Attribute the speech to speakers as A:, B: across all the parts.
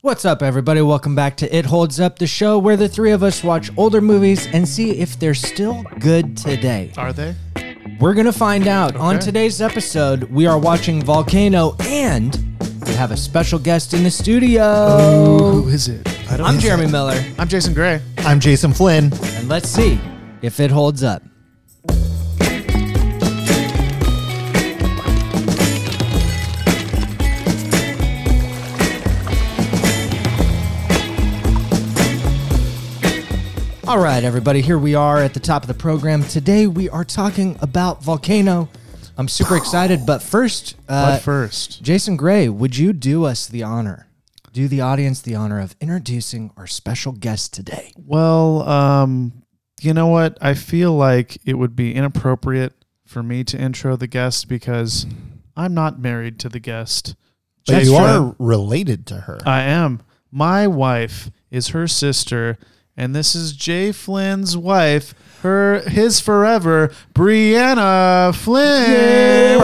A: What's up, everybody? Welcome back to It Holds Up, the show where the three of us watch older movies and see if they're still good today.
B: Are they?
A: We're going to find out. On
B: Okay.
A: today's episode, we are watching Volcano and we have a special guest in the studio.
B: Who is it? I don't
A: I'm Jeremy Miller,
B: I'm Jason Gray.
C: I'm Jason Flynn.
A: and let's see if it holds up. All right, everybody, here we are at the top of the program. Today we are talking about Volcano. I'm super excited, but first, uh,
B: But first,
A: Jason Gray, would you do us the honor, do the audience the honor of introducing our special guest today?
B: well, um, you know what? I feel like it would be inappropriate for me to intro the guest because I'm not married to the guest.
C: But
B: That's
C: you
B: true. Uh,
C: are related to her.
B: I am. My wife is her sister, and this is Jay Flynn's wife. Her, his forever, Brianna Flynn.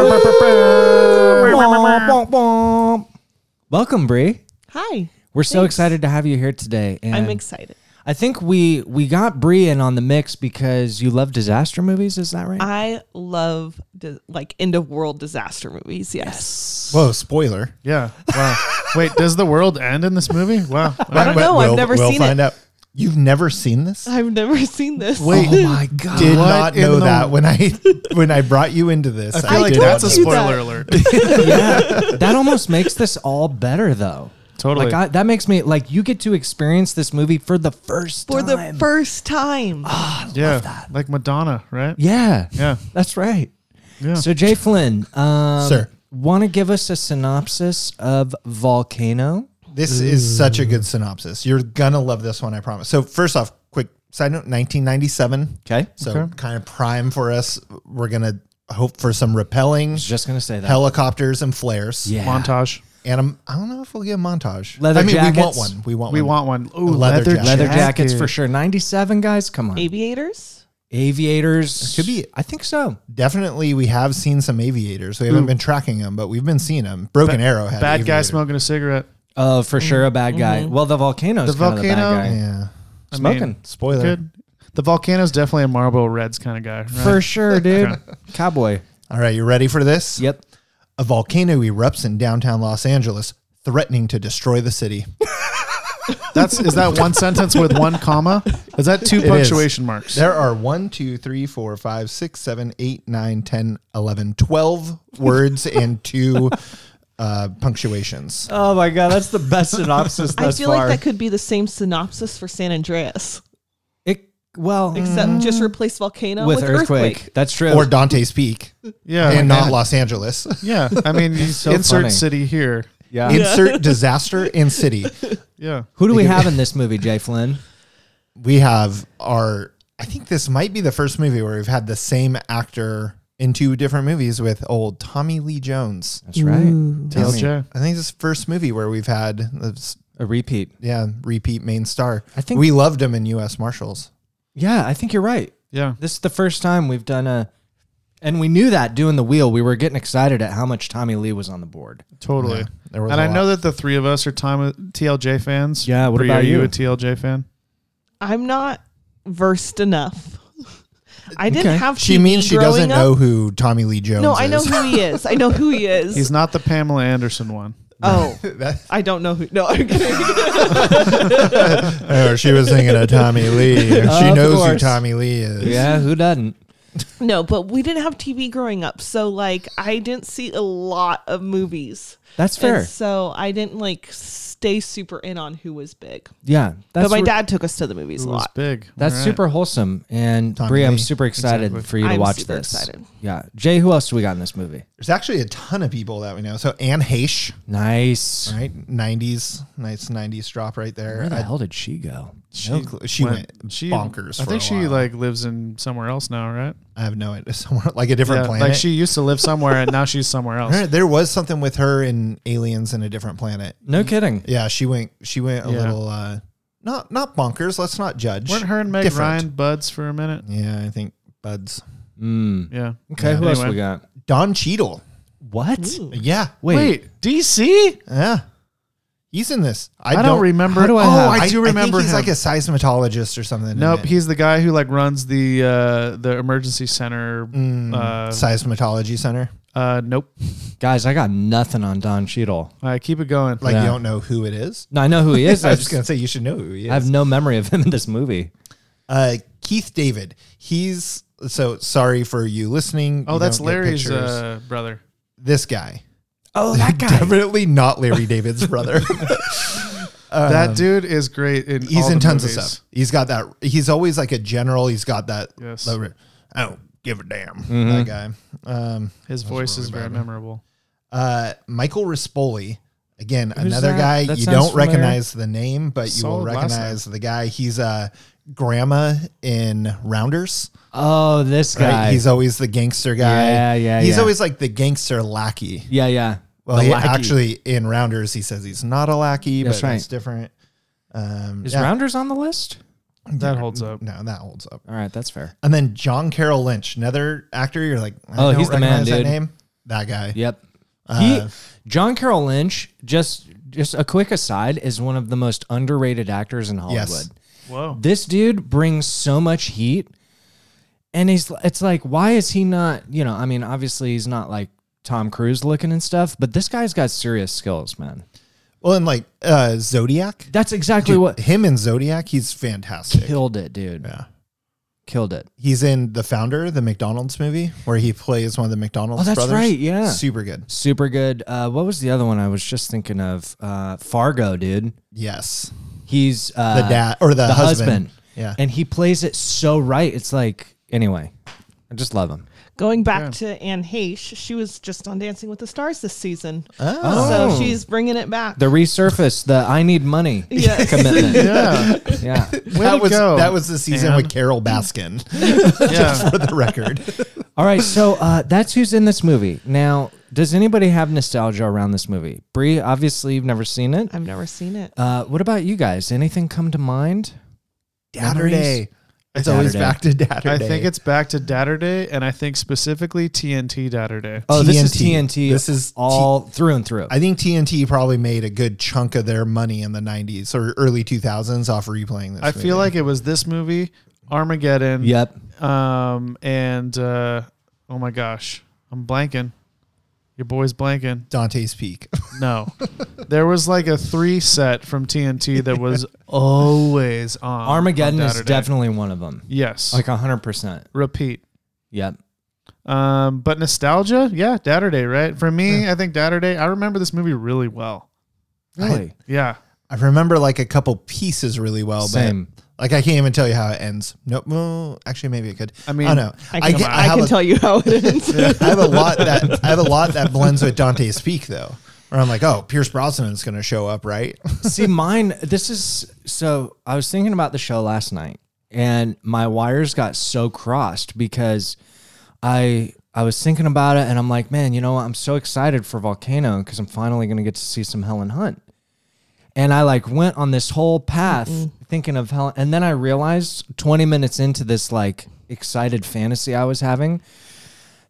A: Welcome, Bree.
D: Hi.
A: We're so
D: Thanks.
A: excited to have you here today. And
D: I'm excited.
A: I think we we got Bree in on the mix because you love disaster movies. Is that right?
D: I love di- like end of world disaster movies. Yes.
C: Whoa, spoiler.
B: Yeah. Wow. Wait, does the world end in this movie? Wow.
D: I don't know. I've
C: we'll,
D: never
C: we'll
D: seen
C: find
D: it.
C: out. You've never seen this?
D: I've never seen this.
B: Wait.
A: oh my god!
C: did
B: What
C: not
B: in
C: know
B: the-
C: that when I when I brought you into this.
B: I feel like
C: did
B: that's a
C: not
D: you
C: know.
B: spoiler
D: that.
B: alert.
A: yeah, that almost makes this all better though.
B: Totally.
A: Like I, that makes me like you get to experience this movie for the first
D: For
A: time.
D: the first time.
B: yeah. Like Madonna, right?
A: yeah,
B: Yeah.
A: that's right.
B: Yeah.
A: So Jay Flynn, um,
C: Sir.
A: want to give us a synopsis of Volcano?
C: This is such a good synopsis. You're gonna love this one, I promise. So first off, quick side note: 1997.
A: Okay.
C: So
B: Okay.
C: kind of prime for us. We're gonna hope for some repelling
A: was just gonna say that.
C: helicopters and flares.
A: yeah.
B: Montage.
C: and I'm, I don't know if we'll get a montage.
A: Leather
C: I mean, we want
A: jackets.
C: one. We want
B: We
C: one.
B: want one. Ooh,
C: leather
B: leather,
C: jacket.
A: Leather jackets
B: jacket.
A: for sure. Ninety-seven guys, come on.
D: Aviators.
A: Aviators
C: Could be-
A: I think so.
C: Definitely, we have seen some aviators. We haven't been tracking them, but we've been seeing them. Broken Arrow had
B: Bad guy
C: aviator.
B: smoking a cigarette.
A: Oh, for sure, a bad guy.
D: Mm-hmm.
A: Well, the volcano's
B: The
A: kind of the
B: volcano-
A: bad guy.
C: Yeah,
A: Smoking
C: spoiler.
B: Good. The volcano's definitely a Marlboro Reds kind of guy. Right?
A: for sure, dude. Cowboy.
C: All right, you ready for this?
A: Yep.
C: A volcano erupts in downtown Los Angeles, threatening to destroy the city.
B: That's is that one sentence with one comma? Is that two
C: is.
B: punctuation marks?
C: There are one, two, three, four, five, six, seven, eight, nine, ten, eleven, twelve words and two uh, punctuations.
A: Oh my god, that's the best synopsis
D: I feel like that could be the same synopsis for San Andreas,
A: it, well,
D: except just replace volcano
A: with
D: with,
A: earthquake. That's true.
C: Or Dante's Peak,
B: Yeah.
C: and
B: like
C: not
B: that.
C: Los Angeles.
B: Yeah. I mean, you
A: so
B: insert
A: funny.
B: city here.
A: yeah.
C: Insert disaster and city.
B: Yeah.
A: Who do we have in this movie, Jay Flynn?
C: we have our I think this might be the first movie where we've had the same actor in two different movies with old Tommy Lee Jones.
A: That's right.
B: Tell
C: I, mean,
B: Jay.
C: I think this is the first movie where we've had this,
A: A repeat.
C: yeah, repeat main star.
A: I think-
C: we loved him in US Marshals.
A: Yeah, I think you're right.
B: Yeah.
A: This is the first time we've done a and we knew that doing the wheel, we were getting excited at how much Tommy Lee was on the board.
B: Totally.
C: Yeah, there was
B: and
C: a
B: I know
C: lot.
B: that the three of us are time TLJ fans.
A: Yeah, what
B: Bree,
A: about
B: are you?
A: you?
B: A TLJ fan?
D: I'm not versed enough. I didn't
A: Okay.
D: have. TV
C: She means she doesn't
D: growing up.
C: know who Tommy Lee Jones
D: No,
C: is.
D: I know who he is. I know who he is.
B: He's not the Pamela Anderson one.
D: oh,
C: That-
D: I don't know who. No, I'm kidding.
C: oh, she was thinking of Tommy Lee. She
A: Of
C: knows who
A: course.
C: Tommy Lee is.
A: Yeah, who doesn't?
D: No, but we didn't have TV growing up, so like I didn't see a lot of movies.
A: That's fair.
D: And so I didn't like stay super in on who was big.
A: Yeah. That's
D: but my
A: re-
D: dad took us to the movies
B: It
D: a
B: was
D: lot.
B: big.
A: That's
B: All right.
A: super wholesome. And
C: Tommy
A: Brie, I'm
C: Lee.
A: super excited
B: Exactly.
A: for you to
D: I'm
A: watch
D: super
A: this.
D: excited.
A: Yeah. Jay, who else do we got in this movie?
C: There's actually a ton of people that we know. So Anne Heche,
A: Nice.
C: right? 90s, nice 90s drop right there.
A: Where the
C: I-
A: hell did she go?
C: She, cl- she went, bonkers.
B: I
C: for
B: think
C: a
B: she
C: while.
B: like lives in somewhere else now, right?
C: I have no idea somewhere like a different
B: yeah,
C: planet.
B: like she used to live somewhere and now she's somewhere else.
C: Her- there was something with her in Aliens in a different planet.
A: No kidding.
C: Yeah, she went. She went a
B: Yeah.
C: little uh, not not bonkers. Let's not judge.
B: Weren't her and Meg
C: Different.
B: Ryan buds for a minute?
C: Yeah, I think buds.
A: Mm.
B: Yeah.
A: Okay, who else
B: Anyway.
A: we got?
C: Don Cheadle.
A: What?
D: Ooh.
C: Yeah,
A: Wait.
B: Wait, DC?
C: yeah. He's in this. I,
B: I, don't, remember.
A: how do I
B: oh,
A: have-
B: I do remember
C: think he's
B: him.
C: like a seismologist or something. in
B: nope,
C: it.
B: he's the guy who like runs the uh, the emergency center.
C: Mm,
B: uh,
C: seismology center.
B: uh, nope.
A: Guys, I got nothing on Don Cheadle.
B: All right, keep it going.
C: Like
A: Yeah.
C: you don't know who it is.
A: No, I know who he is.
C: I
A: I,
C: was just
A: just,
C: gonna say you should know who he is.
A: I have no memory of him in this movie.
C: uh, Keith David. He's so sorry for you listening.
B: oh,
C: You
B: that's
C: don't get
B: Larry's
C: pictures.
B: uh, brother.
C: this guy.
A: Oh,
C: Definitely not Larry David's brother.
B: that dude is great. In
C: Um, he's
B: all
C: in
B: the
C: tons
B: movies.
C: of stuff. He's got that. He's always like a general. He's got that.
B: Yes.
C: low ri- I don't give a damn.
A: Mm-hmm.
C: That guy. Um,
B: His voice is very memorable.
C: uh, Michael Rispoli. Again,
A: Who's
C: another
A: that?
C: guy
A: That
C: you
A: sounds
C: don't
A: familiar.
C: recognize the name, but you will
B: Solid last
C: recognize the guy. He's a grandma in Rounders.
A: Oh, this
C: Right?
A: guy.
C: He's always the gangster guy.
A: Yeah, yeah,
C: He's
A: yeah.
C: always like the gangster lackey.
A: yeah, yeah.
C: Well,
A: The
C: he,
A: lackey.
C: actually in Rounders he says he's not a lackey,
A: That's
C: but
A: right.
C: that's different. Um,
A: is
C: yeah.
A: Rounders on the list?
B: That holds up.
C: No, that holds up.
A: All right, that's fair.
C: And then John Carroll Lynch, another actor. You're like, I
A: Oh,
C: don't
A: he's the man,
C: recognize that
A: dude.
C: name. That guy.
A: Yep.
C: Uh-huh.
A: he, John Carroll Lynch, just just a quick aside, is one of the most underrated actors in Hollywood.
C: Yes.
B: Whoa.
A: This dude brings so much heat, and he's it's like, why is he not? You know, I mean, obviously he's not like Tom Cruise looking and stuff, but this guy's got serious skills, man.
C: Well, and like uh, Zodiac.
A: That's exactly
C: Dude,
A: what
C: him in Zodiac, he's fantastic.
A: killed it, dude.
C: Yeah.
A: Killed it.
C: He's in The Founder, the McDonald's movie, where he plays one of the McDonald's
A: Oh, that's
C: brothers.
A: right, yeah.
C: Super good.
A: Super good. Uh, what was the other one I was just thinking of? Uh, Fargo, dude.
C: Yes.
A: He's uh,
C: The dad or the,
A: the
C: husband.
A: husband.
C: Yeah.
A: and he plays it so right. It's like anyway, I just love him.
D: Going back to Anne Heche, she was just on Dancing with the Stars this season.
A: Oh.
D: So she's bringing it back.
A: The resurface, the I need money
D: Yes.
A: commitment.
B: Yeah.
A: yeah,
B: Way
C: that
B: to
C: was
B: go.
C: that was the season
B: Anne.
C: with Carol Baskin
B: yeah.
C: for the record.
A: All right, so uh, that's who's in this movie. Now, does anybody have nostalgia around this movie? Bree, obviously you've never seen it.
D: I've never seen it.
A: Uh, what about you guys? Anything come to mind?
C: Day. It's always
A: Datterday.
C: back to Datterday.
B: I think it's back to Datterday, and I think specifically TNT Datterday.
A: Oh, this is TNT.
C: TNT. This is
A: all through and through.
C: I think TNT probably made a good chunk of their money in the 90s or early 2000s off replaying this.
B: I feel
C: movie.
B: like it was this movie, Armageddon.
A: yep.
B: Um, and uh, oh my gosh, I'm blanking. Your boy's blanking.
C: Dante's Peak.
B: No, there was like a three set from TNT that was always on.
A: Oh. Armageddon
B: on
A: is
B: Datterday.
A: definitely one of them.
B: yes.
A: Like hundred percent.
B: Repeat.
A: Yep.
B: Um, but nostalgia, yeah, Datterday, right? For me, I think Datterday. I remember this movie really well.
A: Really.
B: Yeah,
C: I remember like a couple pieces really
A: Oh,
C: well,
A: Same.
C: but like I can't even tell you how it ends. Nope. Well, actually, maybe it could.
B: I mean,
C: I don't know.
D: I can, I
C: get- I have
D: can
C: a-
D: tell you how it ends.
C: I have a lot that I have a lot that blends with Dante's Peak though, where I'm like, oh, Pierce Brosnan's going to show up, right?
A: See, mine, this is so I was thinking about the show last night and my wires got so crossed because I I was thinking about it and I'm like, man, you know what? I'm so excited for Volcano because I'm finally going to get to see some Helen Hunt. And I like went on this whole path thinking of Helen and then I realized 20 minutes into this like excited fantasy I was having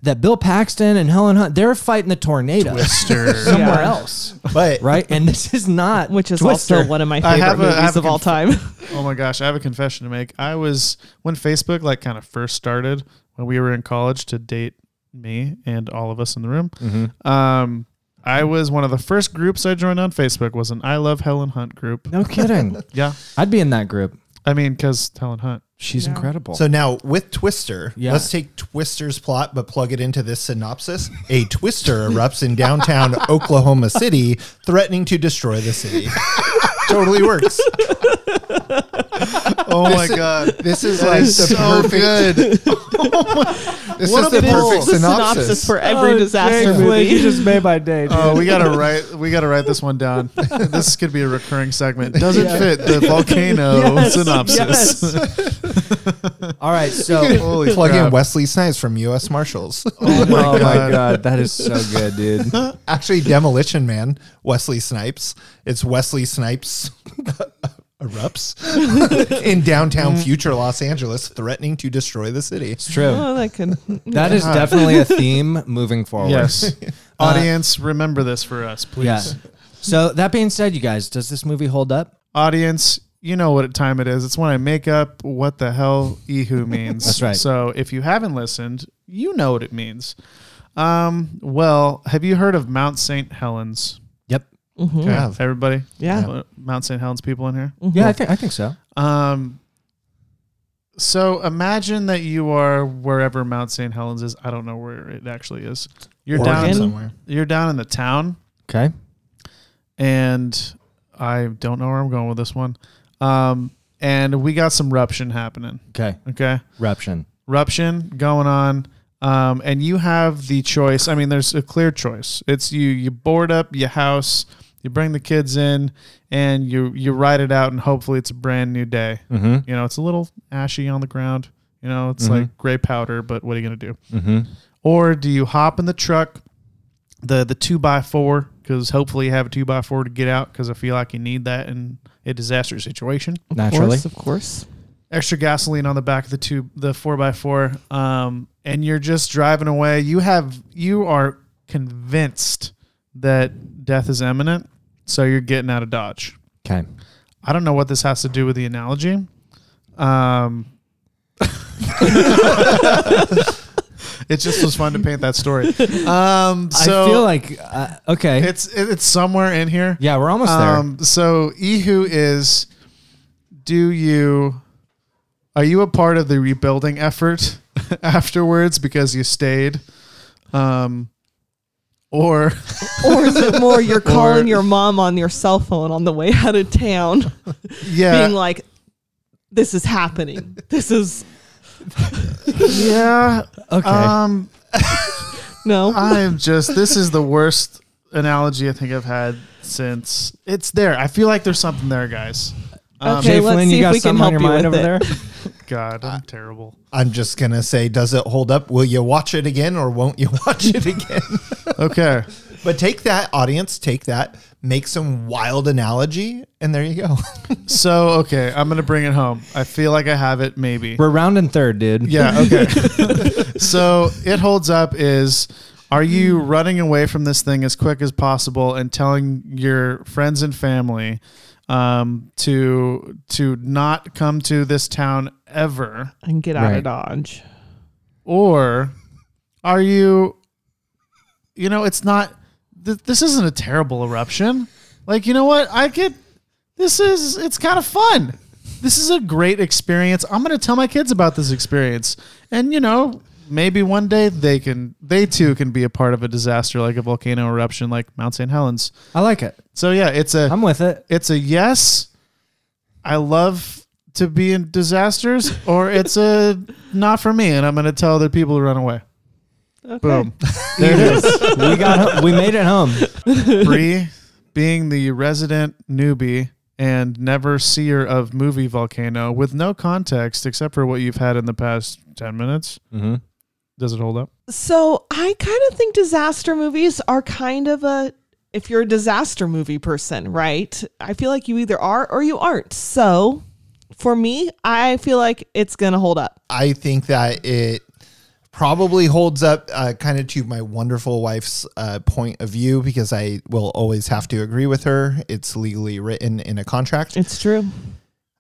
A: that Bill Paxton and Helen Hunt, they're fighting the tornado
B: Twister.
A: somewhere
D: Yeah.
A: else
C: But
A: right? And this is not
D: Which is
A: Twister.
D: also one of my
B: I
D: favorite
B: have a- I
D: movies
B: have a
D: of all
B: conf-
D: time.
B: Oh my gosh, I have a confession to make. I was when Facebook like kind of first started when we were in college to date me and all of us in the room. Um, I was one of the first groups I joined on Facebook was an I Love Helen Hunt group.
A: No kidding.
B: Yeah,
A: I'd be in that group.
B: I mean, cause Helen Hunt.
A: She's incredible.
C: So now with Twister,
A: Yeah.
C: let's take Twister's plot but plug it into this synopsis. A twister erupts in downtown Oklahoma City, threatening to destroy the city. totally works.
B: Oh my god,
C: This is like
B: is
C: the
B: so
C: perfect. this
B: What
C: is
B: a
C: the
B: pull.
C: perfect
D: It's the synopsis.
C: synopsis.
D: for every disaster movie.
A: just made my day.
B: Oh, we gotta write. We gotta write this one down. This could be a recurring segment. Doesn't
A: Yeah.
B: fit the volcano
A: Yes,
B: synopsis.
A: yes. All right, so oh
B: Holy
C: Plug
B: crap.
C: in Wesley Snipes from U.S. Marshals.
A: my,
B: my God.
A: god, that is so good, dude.
C: Actually, Demolition Man, Wesley Snipes. It's Wesley Snipes erupts in downtown future Los Angeles, threatening to destroy the city.
A: It's true.
D: Oh, that could.
A: That is definitely a theme moving forward.
C: Uh,
B: Yes, audience, remember this for us, please.
A: Yeah. So that being said, you guys, does this movie hold up?
B: Audience, you know what time it is. It's when I make up what the hell Ehu means.
A: That's right.
B: So if you haven't listened, you know what it means. Um, well, have you heard of Mount St. Helens?
A: Yep.
B: Okay,
C: Have.
B: Everybody?
D: Mm-hmm. Yeah.
B: Uh, Mount St. Helens people in here?
A: Yeah, I think I think so.
B: Um, so imagine that you are wherever Mount St. Helens is. I don't know where it actually is. You're
C: Oregon
B: down
C: somewhere.
B: You're down in the town,
A: Okay.
B: and I don't know where I'm going with this one. Um, and we got some ruption happening.
A: Okay.
B: Okay,
A: Ruption.
B: ruption going on. Um, and you have the choice. I mean, there's a clear choice. It's you. You board up your house. You bring the kids in, and you you ride it out, and hopefully it's a brand new day.
A: Mm-hmm.
B: You know, it's a little ashy on the ground. You know, it's
A: Mhm.
B: like gray powder, but what are you going to do?
A: Mm-hmm.
B: Or do you hop in the truck, the the two by four, because hopefully you have a two by four to get out, because I feel like you need that in a disaster situation.
A: Naturally.
D: of course.
B: Extra gasoline on the back of the two, the four by four, um, and you're just driving away. You have you are convinced that death is imminent, so you're getting out of Dodge.
A: Okay.
B: I don't know what this has to do with the analogy. Um, it just was fun to paint that story. Um, so
A: I feel like uh, okay.
B: it's it- it's somewhere in here.
A: yeah, we're almost there.
B: Um, so Ihu is, do you, are you a part of the rebuilding effort afterwards because you stayed, um, or
D: Or is it more you're
B: Or-
D: calling your mom on your cell phone on the way out of town,
B: yeah,
D: being like, this is happening. This is
B: yeah,
A: Okay.
B: um.
D: no.
B: I'm just. This is the worst analogy I think I've had since it's there. I feel like there's something there, guys. Um,
D: Okay, let's see if we can
A: something
D: help you with it.
B: God, I'm terrible.
C: I'm just gonna say, does it hold up? Will you watch it again, or won't you watch it again?
B: Okay,
C: but take that, audience. Take that. Make some wild analogy, and there you go.
B: so okay, I'm gonna bring it home. I feel like I have it. Maybe.
A: We're rounding third, dude.
B: Yeah. Okay. so it holds up. Is are you running away from this thing as quick as possible and telling your friends and family um, to to not come to this town ever?
D: and get out
A: Right.
D: of Dodge.
B: or are you you know it's not th- this isn't a terrible eruption like you know what i get this is it's kind of fun this is a great experience i'm going to tell my kids about this experience and you know maybe one day they can they too can be a part of a disaster like a volcano eruption like mount st helens
A: I like it.
B: so yeah it's a
A: I'm with it.
B: it's a yes i love to be in disasters or it's a not for me and i'm going to tell other people to run away boom
A: There it is. we got ho- we made it home.
B: Bree, being the resident newbie and never seer of movie volcano with no context except for what you've had in the past 10 minutes
A: Mm-hmm.
B: does it hold up
D: So I kind of think disaster movies are kind of a if you're a disaster movie person, right? I feel like you either are or you aren't. So for me, I feel like it's gonna hold up.
C: I think that it probably holds up uh, kind of to my wonderful wife's uh, point of view because I will always have to agree with her. It's legally written in a contract.
D: It's true.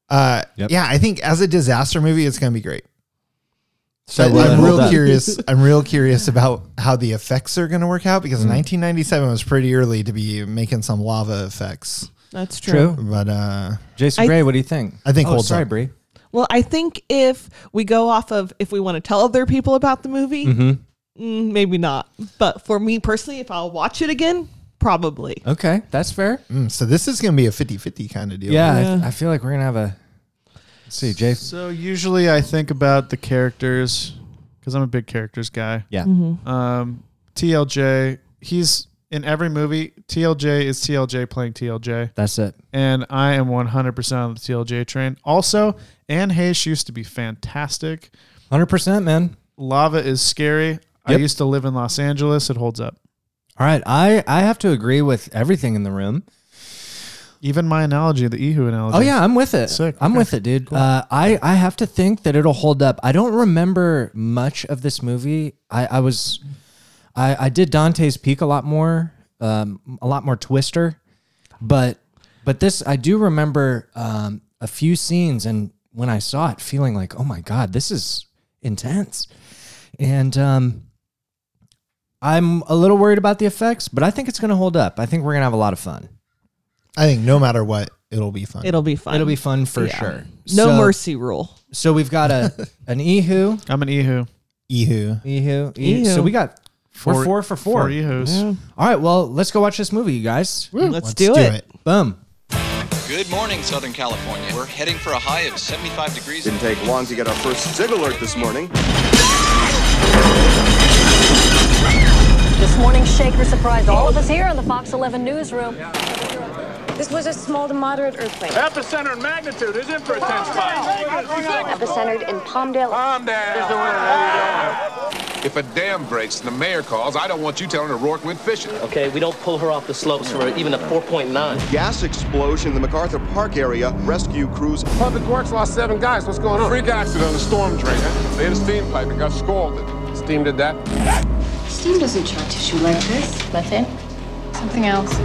C: Uh,
A: Yep.
C: Yeah, I think as a disaster movie, it's going to be great.
A: So
C: I-
A: will it
C: I'm
A: hold
C: real
A: up?
C: curious. I'm real curious about how the effects are going to work out because 1997 was pretty early to be making some lava effects.
D: That's true.
A: True.
C: But uh,
A: Jason
D: I-
A: Gray, what do you think?
C: I think
A: oh,
C: holds
A: sorry,
C: up.
A: Bree.
D: Well, I think if we go off of if we want to tell other people about the movie,
A: Mhm.
D: mm, maybe not. But for me personally, if I'll watch it again, probably.
A: Okay, that's fair.
C: mm, so this is going to be a 50-50 kind of deal.
A: Yeah,
D: Yeah.
A: I, I feel like we're gonna have a. Let's see, Jason.
B: so usually i think about the characters because i'm a big characters guy
A: Yeah.
D: Mm-hmm.
B: um, tlj he's in every movie tlj is tlj playing tlj
A: That's it.
B: and I am 100% on the TLJ train. Also, Anne Heche used to be fantastic.
A: Hundred percent, man.
B: Lava is scary. I
A: Yep.
B: used to live in Los Angeles. It holds up.
A: All right, I I have to agree with everything in the room.
B: Even my analogy, the Ihu analogy.
A: Oh yeah, I'm with it.
B: Sick.
A: I'm
B: Okay.
A: with it, dude. Uh, I I have to think that it'll hold up. I don't remember much of this movie. I I was, I I did Dante's Peak a lot more, um, a lot more Twister, But but this I do remember um, a few scenes, and when I saw it, feeling like, oh my god, this is intense. And um, I'm a little worried about the effects, but I think it's going to hold up. I think we're going to have a lot of fun.
C: I think no matter what, it'll be fun.
D: It'll be fun.
A: It'll be fun for
D: Yeah.
A: sure.
D: No
A: So-
D: mercy rule.
A: So we've got a an ehu,
B: I'm an ehu.
C: Ehu.
A: ehu, ehu.
D: Ehu.
A: So we got four,
B: Four-
A: we're four for four.
B: Four ehus.
A: All right, well, let's go watch this movie, you guys.
D: Let's, do, it.
A: Boom.
E: Good morning, Southern California. We're heading for a high of 75 degrees.
F: Didn't take long to get our first zig alert this morning.
G: This morning's shaker surprised all of us here in the Fox 11 newsroom.
H: This was a small to moderate earthquake.
I: Epicenter and magnitude is in for a 10 spot.
H: Epicentered in Palmdale.
I: Calm down. If a dam breaks and the mayor calls, I don't want you telling her Rourke went fishing.
J: Okay, we don't pull her off the slopes for even a 4.9.
F: Gas explosion in the MacArthur Park area. Rescue crews.
I: Public Works lost seven guys. What's going on? Freak accident on the storm drain. They had a steam pipe and got scalded. Steam did that.
H: Steam doesn't char tissue like this. Methane? Something else.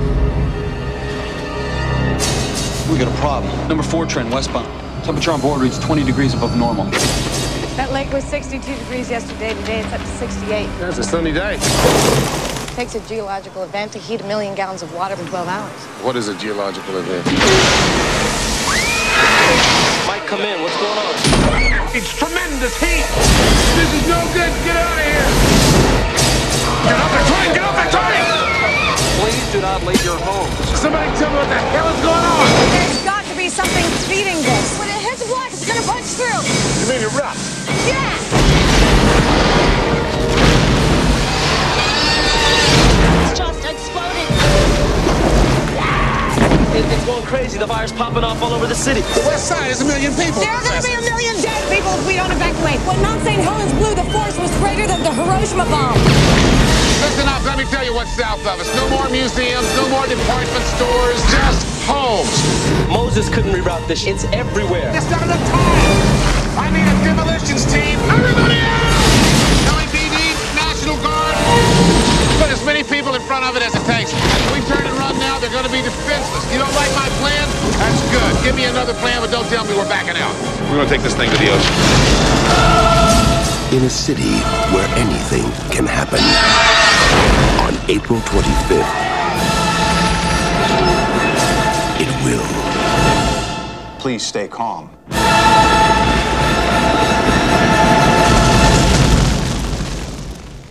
E: We got a problem. Number four trend westbound. Temperature on board reads 20 degrees above normal.
H: That lake was 62 degrees yesterday. Today it's up to 68.
I: It's a sunny day.
H: takes a geological event to heat a million gallons of water in 12 hours.
I: What is a geological event?
J: Mike, come in. What's going on?
I: It's tremendous heat. This is no good. Get out of here. Get off the train. Get off the train.
E: Please do not leave your homes.
I: Somebody tell me what the hell is going on.
H: There's got to be something feeding this. When it hits a block, it's gonna punch through.
I: You mean it rough?
H: Yeah! It's just exploded.
J: It- it's going crazy. The fire's popping off all over the city.
I: West side is a million people.
H: There are gonna be a million dead people if we don't evacuate. When Mount St. Helens blew, the force was greater than the Hiroshima bomb.
I: Listen up, let me tell you what's south of us. No more museums, no more department stores, just homes.
J: Moses couldn't reroute this. It's everywhere.
I: It's not enough time. I need a demolitions team. Everybody out! LAPD, National Guard. Put as many people in front of it as it takes. If we turn and run now, they're gonna be defenseless. You don't like my plan? That's good. Give me another plan, but don't tell me we're backing out. We're gonna take this thing to the ocean.
K: In a city where anything can happen. On April 25th, it will.
F: Please stay calm.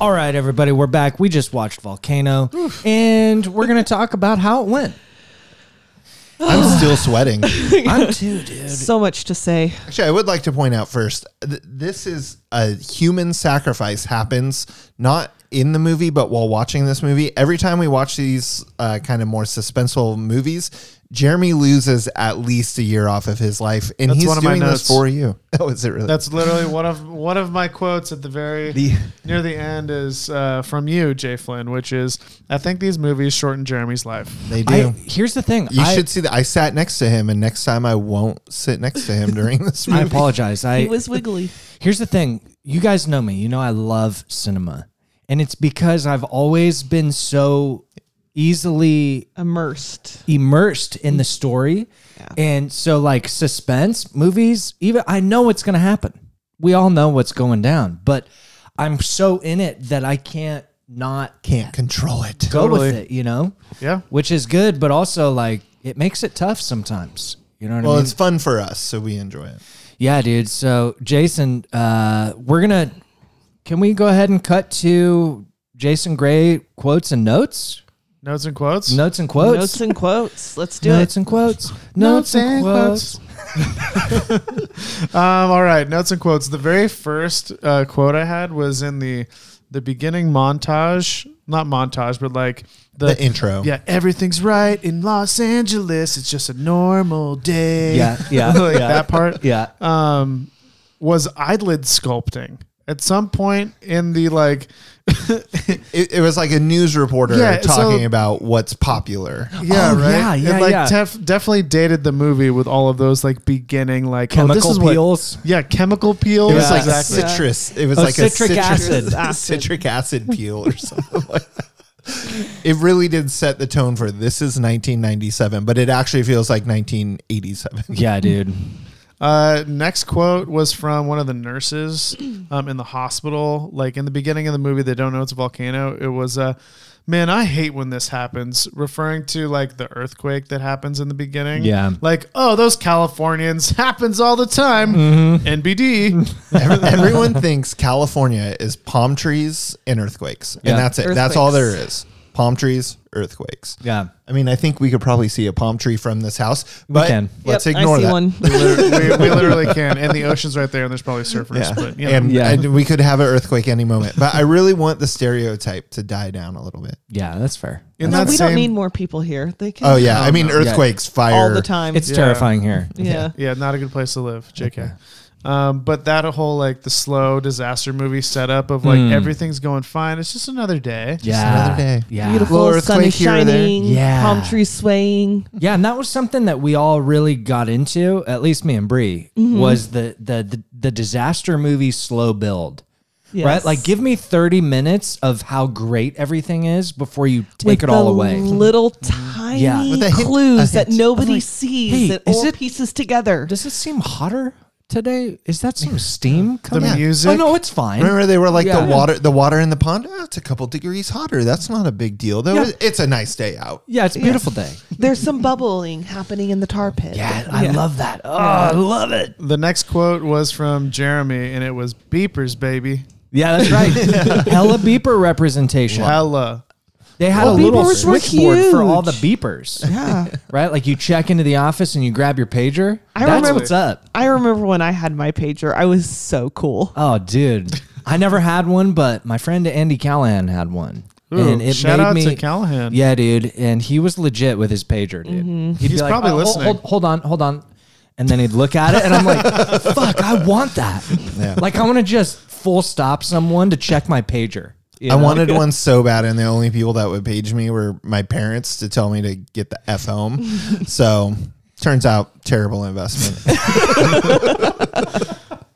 A: All right, everybody, we're back. We just watched Volcano, and we're gonna talk about how it went.
C: I'm still sweating.
A: I'm too, dude.
D: So much to say.
C: Actually, I would like to point out first th- this is a human sacrifice happens not in the movie, but while watching this movie. Every time we watch these uh, kind of more suspenseful movies, Jeremy loses at least a year off of his life, and
B: That's
C: he's
B: one of my
C: doing
B: notes.
C: this for you. Oh, is it really?
B: That's literally one of one of my quotes at the very
C: The-
B: near the end is uh, from you, Jay Flynn, which is I think these movies shorten Jeremy's life.
C: they do.
A: I, here's the thing.
C: you
A: I,
C: should see that. I sat next to him, and next time I won't sit next to him during this
A: I
C: movie.
A: apologize. I
D: It was wiggly.
A: Here's the thing. You guys know me. You know I love cinema. And it's because I've always been so easily
D: Immersed.
A: immersed in the story. And so like suspense movies, even I know what's going to happen. We all know what's going down, but I'm so in it that I can't not
C: Can't control it.
A: go
B: Totally.
A: with it, you know?
B: Yeah.
A: Which is good, but also like it makes it tough sometimes. You know what
C: Well,
A: I mean?
C: it's fun for us, so we enjoy it.
A: Yeah, dude. So, Jason, uh, we're gonna. Can we go ahead and cut to Jason Gray quotes and notes?
B: Notes and quotes.
A: Notes and quotes.
D: Notes and quotes. Let's do
A: Notes
D: it.
A: and quotes. Notes, and quotes.
B: um, all right, notes and quotes. The very first uh, quote I had was in the the beginning montage, not montage, but like the,
C: The intro.
B: Yeah, everything's right in Los Angeles. It's just a normal day.
A: Yeah, yeah,
B: like
A: yeah.
B: that part.
A: Yeah.
B: um, was eyelid sculpting at some point in the like.
C: It, it was like a news reporter
B: Yeah, so-
C: talking about what's popular.
B: Yeah,
A: Oh,
B: right.
A: yeah, yeah,
B: it, like
A: yeah.
B: def- definitely dated the movie with all of those like beginning like oh, this
A: Chemical
B: is what-
A: peels.
B: yeah, chemical peels.
C: It was like
B: exactly.
C: citrus. It was
A: Oh,
C: like
A: citric
C: a citrus,
A: acid.
C: citric acid peel or something. like that. it really did set the tone for this is 1997, but it actually feels like 1987.
A: Yeah, dude.
B: Uh, next quote was from one of the nurses um, in the hospital. Like in the beginning of the movie, they don't know it's a volcano. It was uh, man, I hate when this happens, referring to like the earthquake that happens in the beginning.
A: Yeah.
B: Like, oh, those Californians happens all the time.
C: Mm-hmm.
B: NBD.
C: Every- Everyone thinks California is palm trees and earthquakes,
A: Yeah.
C: and that's it. That's all there
D: Earthquakes.
C: is: palm trees, earthquakes.
A: Yeah.
C: I mean, I think we could probably see a palm tree from this house, but
A: can.
C: let's
D: Yep, I
C: ignore
D: see
C: that.
D: one.
B: we, literally, we literally can. And the ocean's right there, and there's probably surfers.
C: Yeah.
B: But you know.
C: And,
A: Yeah.
C: and we could have an earthquake any moment. But I really want the stereotype to die down a little bit.
A: Yeah, that's fair.
B: in
D: no,
B: that
D: we
B: same-
D: don't need more people here. They can
C: Oh yeah, I mean earthquakes, fire
D: all the time.
A: It's
D: It's
A: terrifying here.
D: yeah.
B: Yeah, not a good place to live, JK. Um, but that whole like the slow disaster movie setup of like everything's going fine. It's just another day.
A: Hmm. Yeah.
C: another day.
A: Yeah.
D: Beautiful,
C: Little
D: sun is
C: earthquake here or there.
D: shining,
A: Yeah.
D: palm trees swaying.
A: Yeah, and that was something that we all really got into, at least me and Bree,
D: Mm-hmm.
A: was the, the the the disaster movie slow build. Right?
D: Yes.
A: Like give me 30 minutes of how great everything is before you take
D: With
A: it all
D: the
A: away. Mm-hmm.
D: Little tiny
A: Yeah. With
C: a hint-
D: clues
C: a
D: that
C: hint.
D: nobody
A: I'm like,
D: sees
A: hey,
D: that
A: is
D: all
A: it-
D: pieces together.
A: Does it seem hotter today? Is that some steam
B: The
A: coming?
B: music.
A: Oh no, it's fine.
C: Remember they were like
A: Yeah.
C: the water the water in the pond? Oh, it's a couple degrees hotter. That's not a big deal though.
A: Yeah.
C: It's a nice day out.
A: yeah, it's a beautiful day.
D: There's some bubbling happening in the tar pit.
A: Yeah, I love that. Oh, I love it.
B: The next quote was from Jeremy, and it was "Beepers, baby,
A: Yeah, that's right. Hella beeper representation.
B: hella."
A: They had
D: Well,
A: a little
D: beepers were
A: switchboard for all the
D: huge.
A: beepers.
D: Yeah.
A: right? Like you check into the office and you grab your pager.
D: I
A: That's
D: remember-
A: what's up.
D: I remember when I had my pager. I was so cool.
A: Oh, dude, I never had one, but my friend Andy Callahan had one,
B: Ooh, shout out to Callahan.
A: Yeah, dude, and he was legit with his pager, dude.
D: Mm-hmm.
A: He'd
B: He's probably
A: "Oh, hold-
B: listening.
A: Hold, hold on, hold on. And then he'd look at it, and I'm like, "Fuck, I want that. Like, I want to just full stop someone to check my pager. you
C: I
A: know?
C: wanted one so bad, and the only people that would page me were my parents to tell me to get the F home. so turns out terrible investment.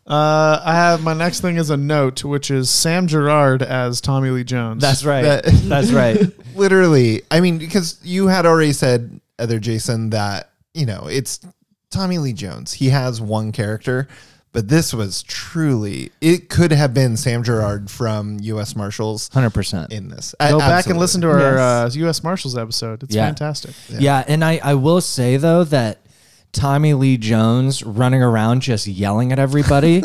B: Uh, I have my next thing is a note, which is Sam Gerard as Tommy Lee Jones.
A: That's right.
C: That-
A: That's right.
C: Literally. I mean, because you had already said, other Jason, that, you know, it's Tommy Lee Jones. He has one character, but this was truly, it could have been Sam Gerard from U.S. Marshals
A: Hundred percent.
C: in this.
B: Go back and listen to our
D: Yes.
B: uh, U.S. Marshals episode. It's
A: Yeah.
B: fantastic.
A: Yeah. and I, I will say though that Tommy Lee Jones running around just yelling at everybody,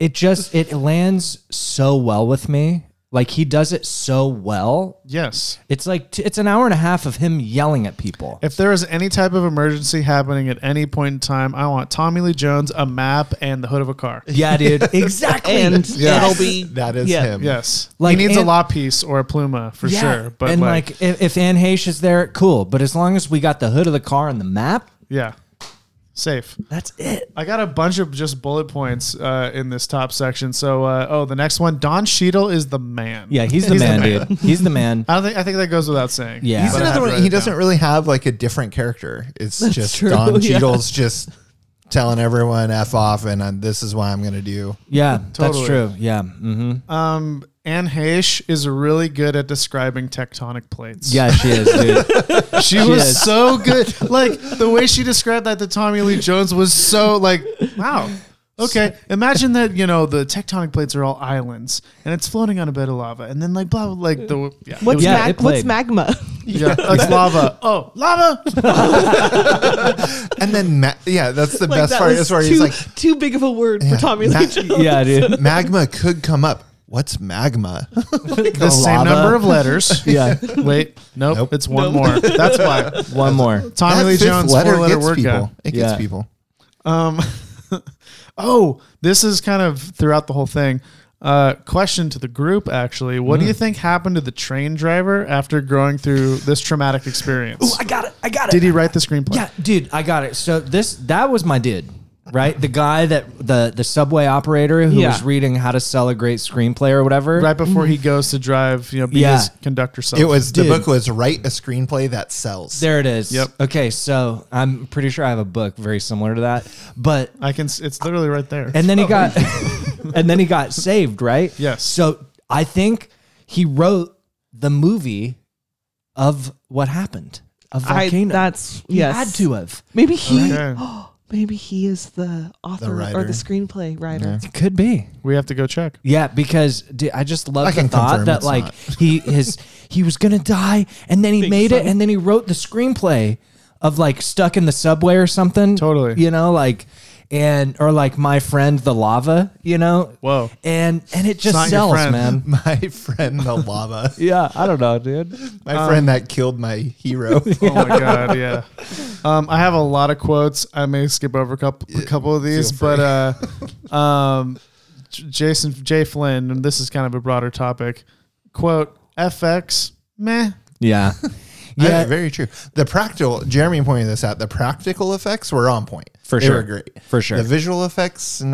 A: it just it lands so well with me. Like he does it so well.
B: Yes.
A: It's like t- it's an hour and a half of him yelling at people.
B: If there is any type of emergency happening at any point in time, I want Tommy Lee Jones, a map, and the hood of a car.
A: Yeah, dude, exactly.
D: And
C: Yes.
D: it'll be
C: That is
D: Yeah.
C: him.
B: Yes.
A: Like,
B: he needs
A: and-
B: a law piece or a pluma for
A: Yeah,
B: sure. But
A: and
B: like,
A: like, if, if Anne Heche is there, cool. But as long as we got the hood of the car and the map,
B: yeah, safe.
A: that's it.
B: I got a bunch of just bullet points uh, in this top section. So, uh, oh, the next one, Don Cheadle is the man.
A: Yeah, he's the man, dude. He's the man.
B: I don't think I think that goes without saying.
A: Yeah.
C: He's
A: But I
C: another one. He doesn't
B: Really
C: really have like a different character. It's just
D: true,
C: Don
D: yeah.
C: Cheadle's just telling everyone F off and i this is why I'm going to do.
A: Yeah, that's
B: Totally.
A: true. Yeah, hmm
B: um, Anne Heche is really good at describing tectonic plates.
A: yeah, she is, dude.
B: She was
A: is.
B: so good. Like the way she described that to Tommy Lee Jones was so like, wow. Okay, imagine that you know the tectonic plates are all islands, and it's floating on a bed of lava, and then like blah, blah like the yeah,
D: what's
A: Yeah,
D: mag-
A: it
D: what's
A: played.
D: magma?
B: yeah it's lava. Oh, lava!
C: And then, ma- yeah, that's the
D: Like,
C: best
D: that
C: part
D: was
C: is where
D: too,
C: he's like,
D: too big of a word
C: Yeah.
D: for Tommy
C: Ma-
D: Lee Jones.
A: Yeah, dude.
C: magma could come up. What's magma?
B: The same
A: lava.
B: number of letters.
A: Yeah,
B: Wait, nope,
C: Nope.
B: it's one more. That's why
A: one more.
B: Tommy
C: That
B: Lee
C: fifth
B: Jones four letter word guy.
C: people. It gets
A: Yeah.
C: people.
B: Um, oh, this is kind of throughout the whole thing. Uh, question to the group actually. What do you think happened to the train driver after going through this traumatic experience?
A: I got it. I got it.
B: Did he write the screenplay?
A: Yeah, dude, I got it. So this that was my dude, right? The guy that the the subway operator who
D: Yeah.
A: was reading how to sell a great screenplay or whatever.
B: Right before he goes to drive, you know, be
A: Yeah.
B: his conductor self.
C: It was
A: Dude.
C: the book was write a screenplay that sells.
A: There it is.
B: Yep.
A: Okay, so I'm pretty sure I have a book very similar to that. But
B: I can. s- It's literally right there.
A: and
D: Oh,
A: then he got and then he got saved, right?
B: Yes.
A: So I think he wrote the movie of what happened. A
D: I-
A: volcano.
D: that's
A: he
D: yes.
A: had to uh, have.
D: Maybe he.
B: Okay.
D: maybe he is the author or
C: writer.
D: the screenplay writer.
A: It could be.
B: We have to go check.
A: Yeah, because d I I just love
C: I
A: the
C: can
A: thought
C: confirm
A: that
C: it's
A: like
C: not.
A: he his he was gonna die and then he made it and then he wrote the screenplay of like stuck in the subway or something.
B: Totally.
A: you know, like and or like my friend the lava, you know.
B: Whoa.
A: and and it
B: not
A: just
B: your
A: sells,
B: friend.
A: man.
C: My friend, the lava.
A: Yeah, I don't know, dude.
C: My
D: Um,
C: friend that killed my hero.
B: Oh my god, yeah. Um, I have a lot of quotes. I may skip over a couple, a couple of these,
C: feel free.
B: but uh, um, J- Jason J Flynn, and this is kind of a broader topic. Quote: FX, meh.
A: Yeah,
C: Yeah,
A: yeah,
C: very true. The practical, Jeremy pointed this out. The practical effects were on point
A: For
C: They
A: sure.
C: were great
A: For sure.
C: The visual effects, in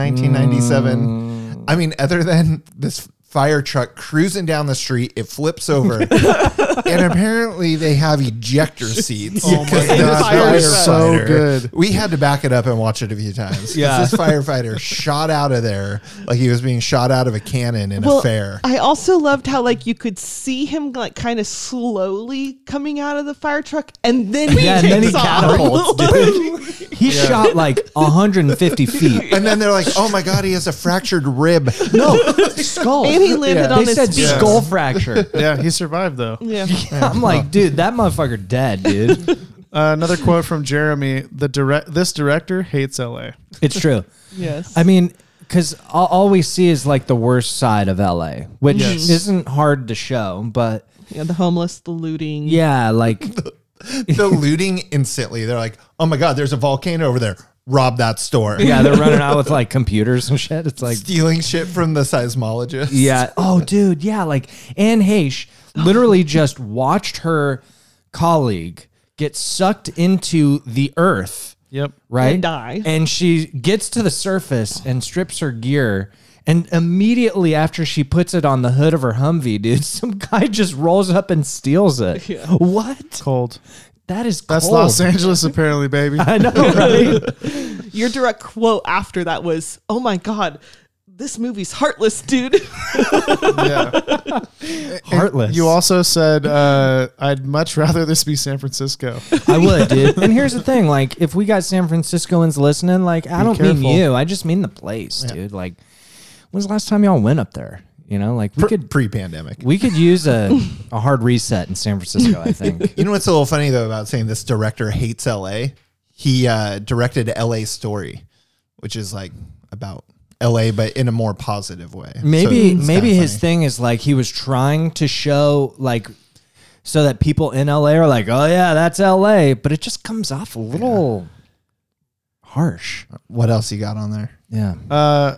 C: 1997. I mean, other than this fire truck cruising down the street, it flips over, and apparently they have ejector seats.
B: Oh my
C: 'cause
B: God.
C: this
B: That was so
C: firefighter-
B: good.
C: We had to back it up and watch it a few times. 'cause
A: Yeah.
C: this firefighter shot out of there like he was being shot out of a cannon in a fair.
D: I also loved how like you could see him like kind of slowly coming out of the fire truck, and then he
A: yeah. And
D: takes
A: then he
D: off.
A: catapults, dude. He shot like 150 feet.
C: and then they're like, "Oh my god, he has a fractured rib."
A: No skull.
D: And he landed on
A: They
D: his
A: said
D: feet.
A: skull fracture.
B: Yeah, he survived though.
D: Yeah.
A: I'm like, dude, that motherfucker dead, dude.
B: Uh, another quote from Jeremy: The direct, this director hates LA.
A: It's true.
D: Yes.
A: I mean, because all, all we see is like the worst side of LA, which
B: Yes.
A: isn't hard to show, but
D: yeah. The homeless, the looting.
A: yeah, like
C: the looting instantly. They're like, "Oh my god, there's a volcano over there. Rob that store."
A: yeah, they're running out with like computers and shit. It's like,
C: Stealing shit from the seismologist.
A: yeah, oh, dude, yeah, like Anne Heche literally just watched her colleague get sucked into the earth.
B: Yep.
A: right?
D: And die.
A: And she gets to the surface and strips her gear. And immediately after she puts it on the hood of her Humvee, dude, some guy just rolls up and steals it. What?
B: Cold.
A: That is cold.
B: That's Los Angeles, apparently, baby.
A: I know, right?
D: Your direct quote after that was, "Oh my god, this movie's heartless, dude."
B: yeah.
A: Heartless.
B: You also said uh, I'd much rather this be San Francisco.
A: I would, dude. And here's the thing: like, if we got San Franciscoans listening, like, I don't
B: careful.
A: mean you. I just mean the place, dude. Like, when's the last time y'all went up there? You know, like we
C: Pre-
A: could
C: pre-pandemic.
A: we could use a, a hard reset in San Francisco. I think.
C: You know what's a little funny though about saying this director hates L.A. He uh, directed L.A. Story, which is like about L.A. but in a more positive way.
A: Maybe maybe his
C: thing.
A: thing is like he was trying to show like so that people in LA are like, "Oh yeah, that's LA," but it just comes off a little harsh.
C: what else you got on there?
A: Yeah.
B: Uh,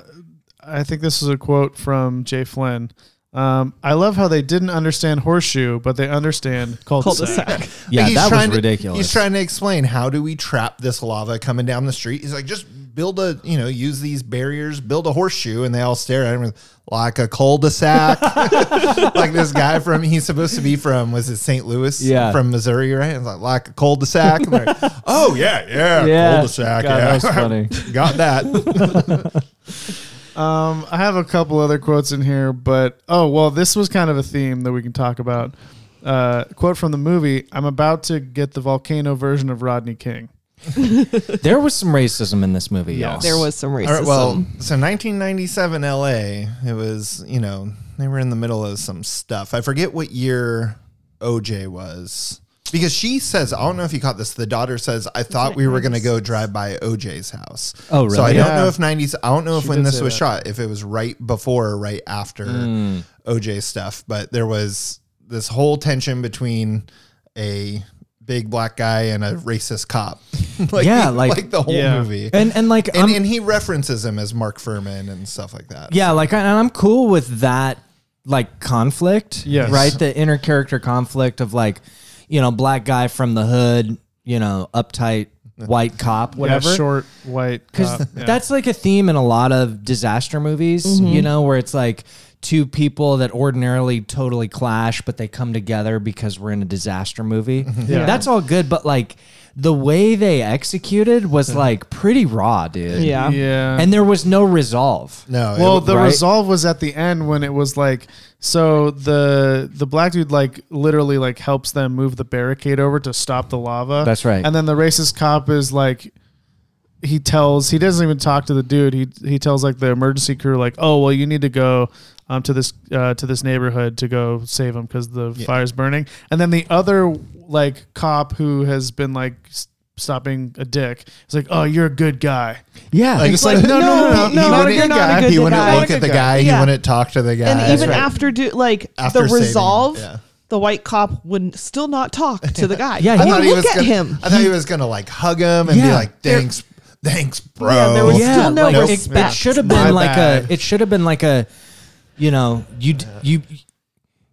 B: I think this is a quote from Jay Flynn. Um, I love how they didn't understand horseshoe, but they understand cul-de-sac.
D: Cul-de-sac.
A: yeah,
C: He's
A: that was
C: trying to-
A: ridiculous.
C: He's trying to explain how do we trap this lava coming down the street. He's like, just build a, you know, use these barriers, build a horseshoe, and they all stare at him like a cul-de-sac. like this guy from he's supposed to be from was it St. Louis?
A: Yeah.
C: from Missouri, right? It's like like a cul-de-sac. And they're like, oh yeah, yeah,
A: Yeah.
C: cul-de-sac.
A: God,
C: yeah,
A: that was funny.
C: Got that.
B: Um, I have a couple other quotes in here, but oh well, this was kind of a theme that we can talk about. Uh, quote from the movie: "I'm about to get the volcano version of Rodney King."
A: there was some racism in this movie,
B: Yes.
A: y'all.
D: there was some racism.
C: All right, well, so 1997 LA, it was, you know, they were in the middle of some stuff. I forget what year OJ was. Because she says, I don't know if you caught this. The daughter says, I thought we were going to go drive by OJ's house.
A: Oh,
C: So I
A: really?
C: don't
B: Yeah.
C: know if 90s, I don't know if
B: She
C: when
B: did
C: this
B: say
C: was
B: that.
C: shot, if it was right before or right after
A: Hmm.
C: OJ stuff, but there was this whole tension between a big black guy and a racist cop. like,
A: Yeah, like-
C: the whole
B: Yeah.
C: movie
A: And and like
C: and,
A: I'm-
C: and he references him as Mark Furman and stuff like that.
A: yeah, like I, and I'm cool with that like conflict,
B: Yes.
A: right? The inner character conflict of like, you know, black guy from the hood, you know, uptight white cop, whatever.
B: Yeah, short white. uh,
A: because
B: cop, yeah.
A: that's like a theme in a lot of disaster movies you know where it's like two people that ordinarily
B: Mm-hmm.
A: totally clash but they come together because we're in a disaster movie that's all good but like the way they executed was like pretty raw, dude.
B: Yeah. Yeah.
A: And there was no resolve.
C: No.
B: well, the resolve was at the end when it was like, so the the black dude like literally like helps them move the barricade over to stop the lava.
A: That's right.
B: And then the racist cop is like, he tells he doesn't even talk to the dude. He he tells like the emergency crew like, oh well, you need to go. Um, to this uh, to this neighborhood to go save him because the fire's burning, and then the other like cop who has been like s- stopping a dick is like, "Oh, you're a good guy."
A: Yeah,
B: Like, it's like, no, no, no,
C: he,
B: no,
C: he wouldn't,
B: you're not a
C: guy,
B: good
C: he wouldn't
B: guy.
C: look at the
B: Yeah.
C: guy.
D: Yeah.
C: He wouldn't talk to the guy.
D: and even
C: Right.
D: after do like
C: After
D: the
C: saving,
D: resolve,
C: yeah.
D: the white cop would still not talk to the guy.
A: Yeah, he-
D: yeah, or
A: I
C: thought
D: look
C: he was
D: at
C: gonna,
D: him.
C: I thought he was gonna like hug him and be
A: Yeah.
C: like, "Thanks, thanks, bro."
D: Yeah, there was still no
A: like, it- It,
D: respect.
A: should have
C: My
A: been like
C: bad.
A: a. It should have been like a. You know, you d you,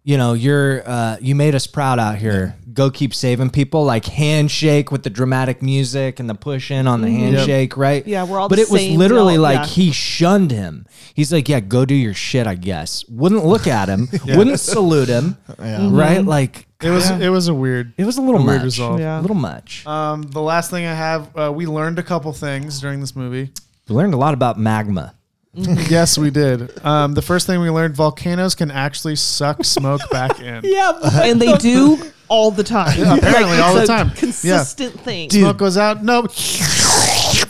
A: you know, you're uh, you made us proud out here. Go keep saving people. Like handshake with the dramatic music and the push in
C: Mm-hmm.
A: on the handshake, right?
D: Yeah, we're all
A: But
D: the
A: it was
D: same,
A: literally
D: y'all.
A: like
D: Yeah.
A: he shunned him. He's like, yeah, go do your shit. I guess wouldn't look at him, wouldn't salute him, right? Like
B: It was it was a weird
A: it was a little
B: a weird
A: much.
B: resolve.
A: A little much.
B: Um, the last thing I have, uh, we learned a couple things during this movie.
A: we learned a lot about magma.
B: yes, we did. Um, the first thing we learned: volcanoes can actually suck smoke back in.
D: Yeah, and they do all the time.
B: apparently all
D: it's
B: the
D: a
B: time. Yeah.
D: Consistent thing.
B: Smoke goes out. No,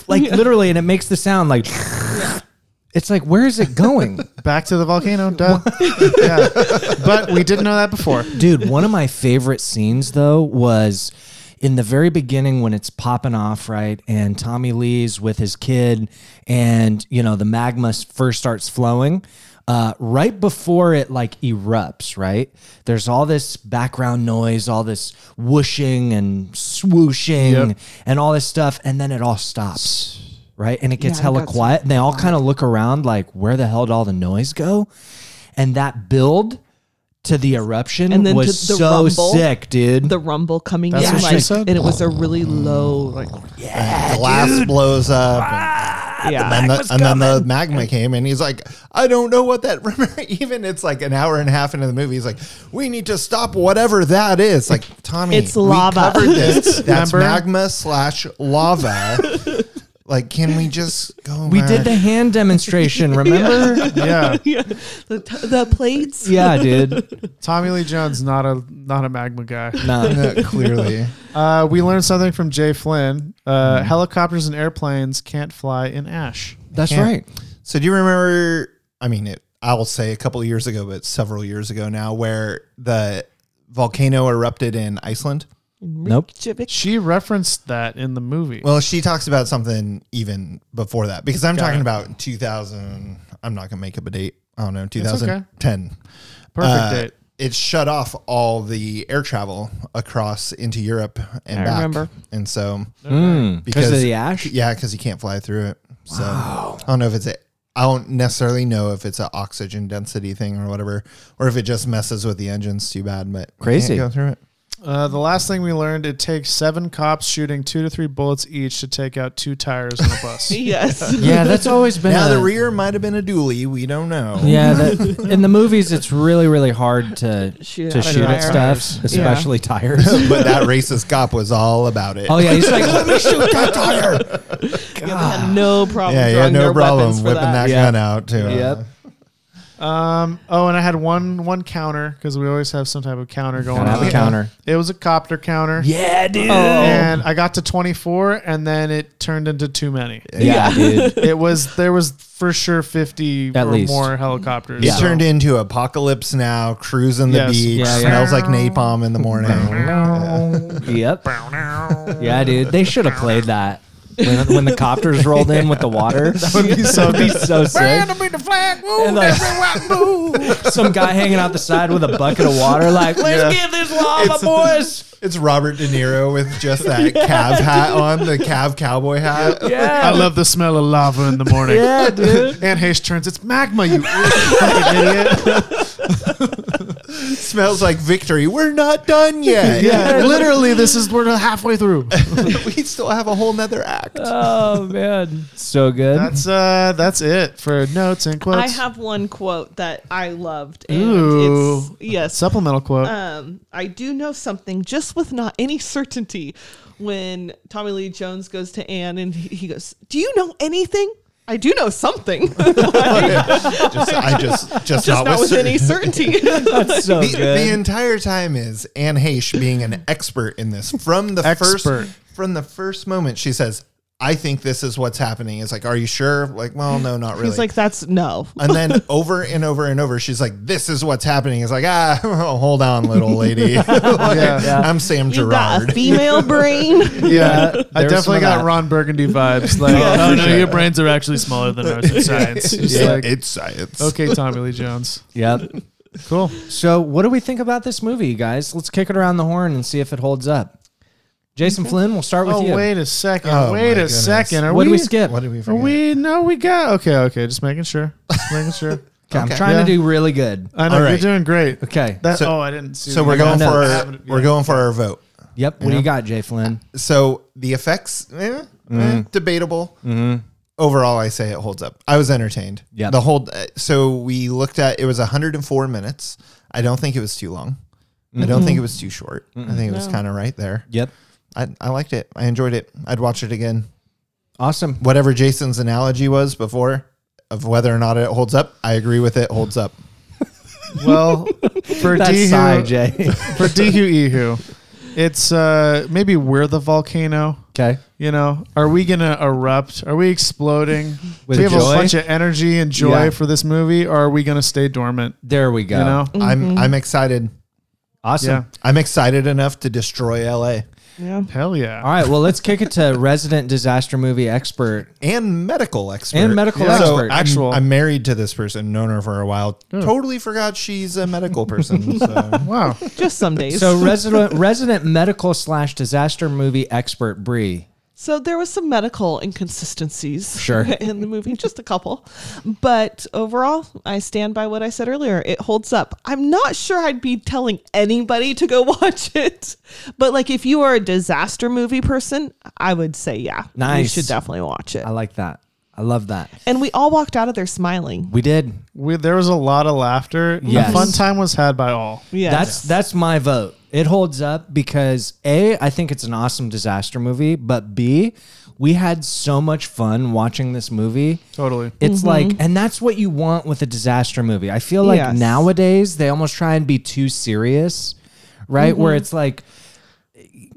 A: like literally, and it makes the sound like. It's like where is it going,
B: back to the volcano. Duh. yeah, but we didn't know that before.
A: dude? One of my favorite scenes though was in the very beginning when it's popping off, right? And Tommy Lee's with his kid, and you know the magma s- first starts flowing. Uh, right before it like erupts, right? There's all this background noise, all this whooshing and swooshing,
B: Yep.
A: and all this stuff, and then it all stops. right? And it gets
D: Yeah, it
A: hella
D: got so
A: quiet. And they all kind of look around like, where the hell did all the noise go? And that build to the eruption
D: And then
A: was
D: to the
A: so
D: rumble.
A: sick, dude.
D: the rumble coming
B: That's
D: in,
B: what she
D: like,
B: said?
D: and it was a really low, like
C: glass blows up.
D: yeah.
C: and, the, and then the magma came and he's like i don't know what that remember even it's like an hour and a half into the movie he's like we need to stop whatever that is like tommy
D: It's
C: we
D: lava.
C: covered this that's
B: Remember?
C: magma slash lava like can we just go
A: we
C: back?
A: did the hand demonstration, remember?
B: Yeah,
D: yeah, the t- the plates.
A: yeah, dude.
B: Tommy Lee Jones not a not a magma guy.
A: No.
C: Yeah, clearly
B: Uh, we learned something from Jay Flynn. Uh,
C: Mm-hmm.
B: Helicopters and airplanes can't fly in ash.
A: That's
C: Can't-
A: right.
C: So do you remember? I mean, it. I will say a couple of years ago, but several years ago now, where the volcano erupted in Iceland.
A: Nope.
D: Reykjavik.
B: She referenced that in the movie.
C: Well, she talks about something even before that because I'm talking about 2000. I'm not gonna make up a date. I don't know. 2010.
B: Perfect
C: Uh,
B: date.
C: It shut off all the air travel across into Europe and
D: I
C: back.
D: remember.
C: And so
A: Mm, because of the ash?
C: Yeah, because you can't fly through it. So I don't know if it's a. I don't necessarily know if it's an oxygen density thing or whatever, or if it just messes with the engines too bad. But you
A: Crazy.
C: can't go through it.
B: Uh, the last thing we learned: it takes seven cops shooting two to three bullets each to take out two tires on a bus.
D: Yes.
A: Yeah, that's always been
C: Now
A: a,
C: the rear might have been a dually. We don't know.
A: Yeah, that, in the movies, it's really, really hard to
D: Shoot
A: to
D: at a
A: shoot at
D: tire.
A: stuff, especially tires.
C: But that racist cop was all about it.
A: oh yeah, he's like, let me shoot
C: Got tire.
D: Yeah, they had no problem.
C: Yeah, he
D: drawing
C: had no
D: their
C: problem
D: weapons for
C: whipping that,
A: Yeah.
C: gun out too.
A: Yep.
B: Um. Oh, and I had one one counter because we always have some type of counter going
A: Gotta have
B: on.
A: a counter. Oh,
B: It was a copter counter.
A: Yeah, dude.
B: And I got to 24, and then it turned into too many.
A: yeah, dude.
B: It was there was for sure 50
A: At
B: or
A: least.
B: more helicopters.
C: He
A: Yeah.
C: turned into apocalypse now, cruising the
B: Yes.
C: beach,
A: Yeah, yeah.
C: smells like napalm in the morning.
A: Yep. Yeah, dude. They should have played that when, when the copters rolled in with the water. That would be so, sick. And, like, some guy hanging out the side with a bucket of water, like, let's get
C: Yeah.
A: this lava,
C: It's-
A: boys.
C: It's Robert De Niro with just that cav hat on, the cav cowboy hat.
B: I
A: Yeah.
B: love the smell of lava in the morning.
A: yeah, dude.
B: And Hayes turns, it's magma, you fucking idiot.
C: smells like victory. We're not done yet.
B: Yeah, literally, this is we're halfway through.
C: we still have a whole nother act.
A: Oh, man. So good.
B: That's uh, that's it for notes and quotes.
D: I have one quote that I loved. And
B: Ooh.
D: It's, yes. Uh,
B: supplemental quote.
D: Um, I do know something just with not any certainty. when Tommy Lee Jones goes to Anne and he, he goes, "Do you know anything?" I do know something. Like-
C: Just- I just- just not with
D: with
C: cer-
D: any certainty.
A: That's so
C: the,
A: Oh, good.
C: the entire time is Anne Heche being an expert in this from the
B: Expert.
C: first from the first moment she says, "I think this is what's happening." It's like, "Are you sure?" Like, "Well, no, not really."
D: He's like, "That's no."
C: and then over and over and over, she's like, "This is what's happening." It's like, "Ah, hold on, little lady." Like, I'm Sam
D: You got a
C: Gerard.
D: female
B: Yeah,
D: brain.
B: I
A: there's some
B: definitely
A: of
B: got
A: that.
B: Ron Burgundy vibes. Like, oh no, your brains are actually smaller than ours in science. Just
C: Yeah,
B: like,
C: it's science.
B: okay, Tommy Lee Jones,
A: Yep.
B: cool.
A: So, what do we think about this movie, guys? Let's kick it around the horn and see if it holds up. Jason Flynn, we'll start with
B: Oh
A: you.
B: wait a second,
C: Oh, my
B: wait a
C: goodness.
B: second. Are
A: what
B: we,
A: do we skip?
C: What did we
B: Are
C: forget?
B: we? No, we got. Okay, okay. Just making sure. Just making sure.
A: Okay, I'm
C: Okay.
A: trying
B: Yeah.
A: to do really good.
B: I know
C: All
B: you're
C: right.
B: doing great.
A: Okay.
B: That,
C: So-
B: oh, I didn't see.
C: so
B: that.
C: we're going for
A: No.
C: our,
B: Yeah.
C: we're going for our vote.
A: yep. What do you got, Jay Flynn?
C: So the effects, eh, eh, debatable. Overall, I say it holds up. I was entertained.
A: Yep.
C: The whole. uh, So we looked at it was 104 minutes. I don't think it was too long. I don't think it was too short. I think it was kind of right there.
A: Yep.
C: I, I liked it. I enjoyed it. I'd watch it again.
A: Awesome.
C: Whatever Jason's analogy was before of whether or not it holds up, I agree with it. Holds up.
B: Well, for D
A: That's sigh,
B: who,
A: Jay.
B: for D who E who, it's uh maybe we're the volcano.
A: okay.
B: You know, are we gonna erupt? Are we exploding?
A: With
B: Do we have
A: joy?
B: a bunch of energy and joy
A: Yeah.
B: for this movie, or are we gonna stay dormant?
A: There we go.
B: You know,
C: I'm I'm excited.
A: Awesome.
B: yeah,
C: I'm excited enough to destroy LA
D: yeah.
B: hell yeah.
A: All right. Well, let's kick it to resident disaster movie expert.
C: and medical expert
A: And medical
B: Yeah.
C: So
A: expert.
C: I'm-
B: Actual.
C: I'm, married to this person, known her for a while. Totally forgot she's a medical person. so.
B: Wow.
D: Just some days.
A: so resident resident medical slash disaster movie expert Bree.
D: So there was some medical inconsistencies
A: Sure.
D: in the movie, just a couple. But overall, I stand by what I said earlier. It holds up. I'm not sure I'd be telling anybody to go watch it. But like if you are a disaster movie person, I would say yeah. You
A: Nice.
D: should definitely watch it.
A: I like that. I love that.
D: And we all walked out of there smiling.
A: We did.
B: We, there was a lot of laughter.
A: Yes.
B: A fun time was had by all.
D: Yes.
A: That's that's my vote. It holds up because A, I think it's an awesome disaster movie, but B, we had so much fun watching this movie.
B: Totally.
A: It's like, and that's what you want with a disaster movie. I feel like
D: Mm-hmm. Yes.
A: nowadays they almost try and be too serious, right? Where
D: Mm-hmm.
A: it's like,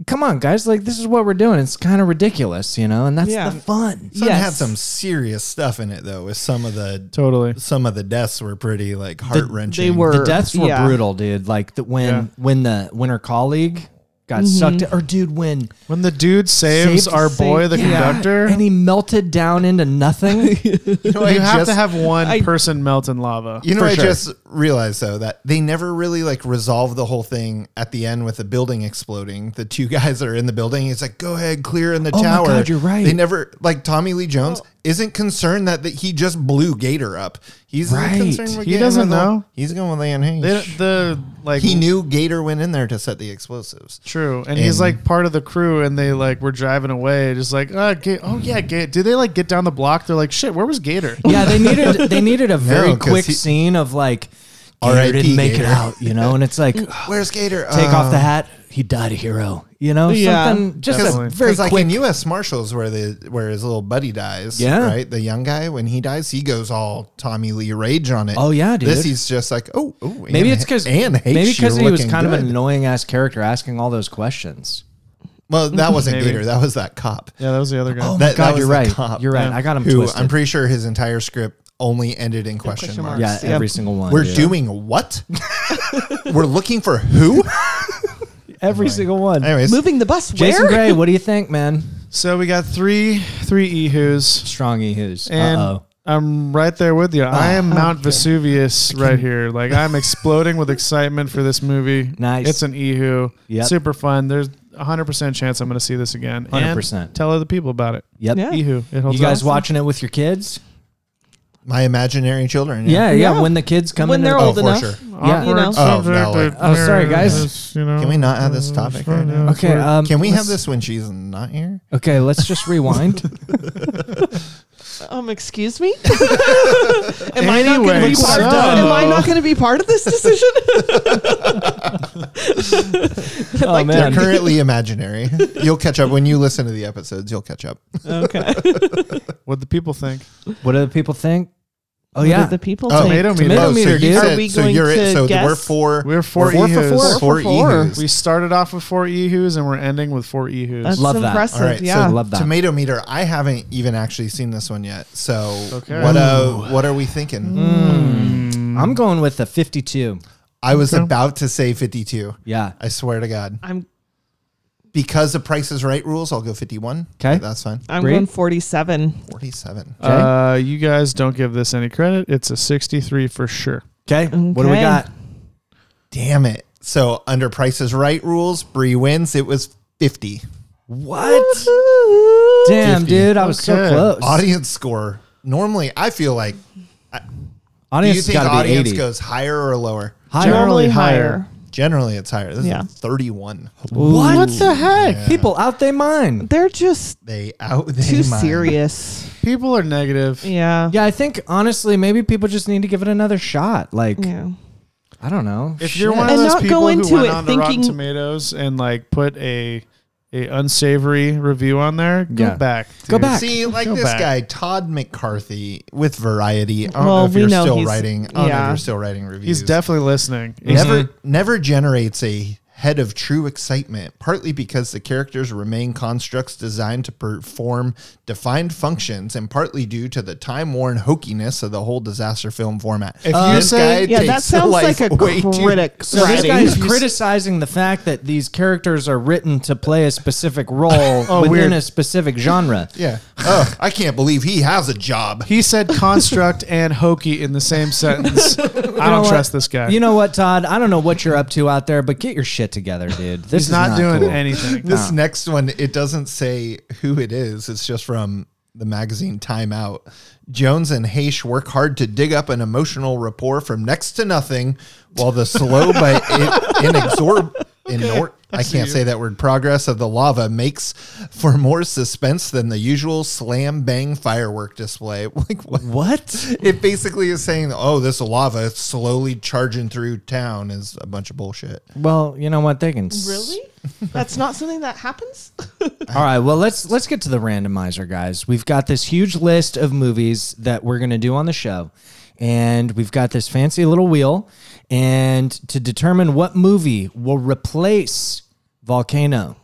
A: come on, guys, like this is what we're doing. It's kind of ridiculous, you know, and that's
D: Yeah.
A: the fun.
C: Some
D: Yes.
C: had some serious stuff in it though. With some of the
B: Totally.
C: some of the deaths were pretty like heart wrenching.
D: they were-
A: The deaths were
D: Yeah.
A: brutal, dude. Like the, when
B: Yeah.
A: when the when her colleague got
D: Mm-hmm.
A: sucked, or dude, when
B: When the dude saves
A: Saved-
B: our boy,
D: saved-
B: the
D: yeah.
B: conductor,
A: and he melted down into nothing.
C: You know, I
B: you have
C: just-
B: to have one
D: I-
B: person melt in lava.
C: You know,
B: for
C: I
B: sure.
C: just realized though that they never really like resolve the whole thing at the end with the building exploding. The two guys that are in the building, it's like, go ahead, clear in the
A: Oh my
C: tower.
A: God, you're right.
C: They never like Tommy Lee Jones isn't concerned that, that he just blew Gator up. He's not
A: Right.
C: concerned. with
B: He
C: getting
B: doesn't
C: rid of the-
B: know.
C: He's going with Anne Hayes.
B: They, the like
C: he knew Gator went in there to set the explosives.
B: True, and, he's
C: And-
B: like part of the crew, and they like were driving away, just like uh, Ga- oh yeah, Gator. Did they like get down the block? They're like, shit, where was Gator?
C: Oh.
A: yeah, they needed they needed a very
C: 'cause
A: quick
C: he-
A: scene of like, Gator
C: R.I.P.
A: didn't make it
C: Gator.
A: out, you know, and it's like.
C: Where's Gator?
A: Oh. take off the
C: Uh,
A: hat. He died a hero. You know,
D: Yeah.
A: something just a
B: Definitely.
A: very
C: 'cause, like
A: quick.
C: in U.S. Marshals, where the where his little buddy dies,
A: Yeah.
C: right. The young guy when he dies, he goes all Tommy Lee rage on it.
A: Oh, yeah, dude.
C: This he's just like, oh, oh
A: maybe
C: Anne-
A: it's because
C: Anne hates
A: maybe because
C: you
A: he was
C: looking
A: kind of
C: good.
A: an annoying ass character asking all those questions.
C: Well, that wasn't
B: Maybe.
C: Gator. That was that cop.
B: yeah, that was the other guy.
A: Oh
C: That-
A: my
C: that
A: god,
C: was
A: you're
C: the
A: right.
C: cop.
A: You're right.
B: Yeah.
A: I got him
C: Who
A: twisted.
C: I'm pretty sure his entire script only ended in question,
D: question
C: marks.
A: yeah,
D: Yeah.
A: every single one.
C: We're
A: dude.
C: doing what? We're looking for who?
A: every single one.
C: Anyways,
D: Moving the bus
A: Jason
D: where?
A: Gray, what do you think, man?
B: So we got three three E ehus,
A: Strong who's.
B: and
A: Uh oh.
B: I'm right there with you. I
A: Ah,
B: am Mount Vesuvius right here. Like I'm exploding with excitement for this movie.
A: Nice.
B: it's an ehu,
A: Yep.
B: super fun. There's a hundred percent chance I'm going to see this again.
A: 100%.
B: And Tell other people about it.
A: Yep.
D: Yeah.
B: Ehu, it holds
A: You guys
B: up.
A: watching it with your kids?
C: my imaginary children.
A: Yeah, yeah.
D: Yeah.
A: When the kids come
D: When
A: into
D: they're
A: the-
C: Oh,
D: old
C: for
D: enough.
C: sure.
A: Yeah.
D: You know?
C: Oh, no, like-
A: Oh, sorry, guys.
B: You know,
C: Can we not have this topic right now?
A: Okay. Um,
C: Can we have
A: let's-
C: this when she's not here?
A: Okay, let's just rewind.
D: Oh Um, excuse me. am I not going to
B: Anyway,
D: be
B: so-
D: part? Am I not going to be part of this decision?
A: Oh
C: They're
A: man.
C: currently imaginary. You'll catch up when you listen to the episodes. You'll catch up.
D: okay.
B: What the people think?
A: What do the people think? Oh
D: What
A: yeah.
D: do the people
B: Oh,
D: think?
B: tomato meter.
A: Tomato
C: so
A: meter,
C: you
A: dude.
D: Are
C: said-
D: we
C: so
D: going
C: you're
D: to
C: so th- we're
D: guess?
C: four.
B: We're four
C: four
B: ehoos.
C: for four.
D: Four for four.
C: ehoos.
B: We started off with four ehoos and we're ending with four ehoos.
D: That's
A: Love that.
D: impressive.
C: All right, so
D: Yeah.
A: Love that.
C: Tomato meter. I haven't even actually seen this one yet. So
B: Okay.
C: what uh, what are we thinking?
A: I'm going with the 52.
C: I was about to say 52.
A: Yeah.
C: I swear to God.
D: I'm
C: Because of Price is Right rules, I'll go 51.
A: 'Kay.
C: But That's fine.
D: I'm
A: Bree?
D: going 47.
C: 47.
B: Uh, you guys don't give this any credit. It's a 63 for sure.
A: Okay. What do we
D: Okay.
A: got?
C: Damn it. So under Price is Right rules, Bree wins. It was 50.
A: What? Damn,
C: 50.
A: dude. I was so
B: Okay.
A: close.
C: Audience score. Normally, I feel like. Do you
A: audience
C: think
A: got to be
C: audience
A: 80.
C: goes higher or lower?
A: Higher.
B: Normally
D: Normally
B: higher.
D: higher.
C: Generally, it's higher. This
D: Yeah.
C: is 31.
A: What? what the heck? People out they mind.
D: They're just
C: They out. They
D: too
C: mind.
D: serious.
B: People are negative.
D: Yeah.
A: Yeah, I think honestly, maybe people just need to give it another shot. Like,
D: Yeah.
A: I don't know.
B: If you're
A: Shit.
B: one of
D: And
B: those
D: not
B: people
D: go
B: who
D: into
B: went
D: it
B: on to Rotten
D: thinking-
B: Tomatoes and like put a a unsavory review on there, go
A: Yeah.
B: back.
A: Go
B: dude.
A: back.
C: See, like
B: Go
C: this
B: back.
C: guy, Todd McCarthy with Variety. I don't know
D: Well,
C: if
D: we
C: you're
D: know
C: still
D: he's-
C: writing. I don't know if
D: yeah.
C: you're still writing reviews.
B: He's definitely listening.
C: never never generates a head of true excitement, partly because the characters remain constructs designed to perform defined functions, and partly due to the time worn hokiness of the whole disaster film format.
B: If you
C: this
B: say-
C: guy
D: Yeah, that
C: takes
D: sounds
C: life
D: like a
C: way too-
D: critic.
A: so this
D: writing.
A: guy's criticizing the fact that these characters are written to play a specific role within
B: Oh, weird.
A: a specific genre.
C: yeah. Oh, I can't believe he has a job.
B: He said construct and hokey in the same sentence. I don't
A: know what?
B: trust this guy.
A: You know what, Todd? I don't know what you're up to out there, but get your shit together, dude. This
B: he's
A: is
B: not, doing
A: cool.
B: anything.
C: This next one, it doesn't say who it is. It's just from the magazine Time Out. Jones and Haish work hard to dig up an emotional rapport from next to nothing, while the slow but in, inexorable. Inor- I can't say that word. Progress of the lava makes for more suspense than the usual slam bang firework display. Like what?
A: What?
C: It basically is saying, "Oh, this lava slowly charging through town is a bunch of bullshit."
A: Well, you know what? They can. s-
D: Really? That's not something that happens?
A: All right. Well, let's let's get to the randomizer, guys. We've got this huge list of movies that we're gonna do on the show, and we've got this fancy little wheel, and to determine what movie will replace Volcano,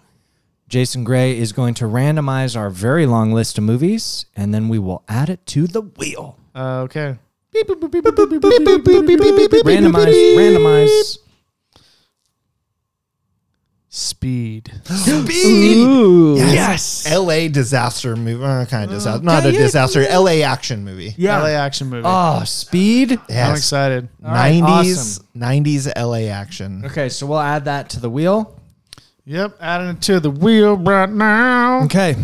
A: Jason Gray is going to randomize our very long list of movies, and then we will add it to the wheel.
B: Uh, okay.
A: Randomize, randomize.
B: Speed.
D: Ooh.
C: Yes. L.A. disaster movie. Uh, kind of disaster. Not a disaster. L.A. action movie.
B: LA action movie.
A: Oh, speed.
B: I'm
C: Yes.
B: excited.
A: right,
C: 90s.
A: awesome.
C: 90s L.A. action.
A: Okay, so we'll add that to the wheel.
B: Yep, adding it to the wheel right now.
A: Okay.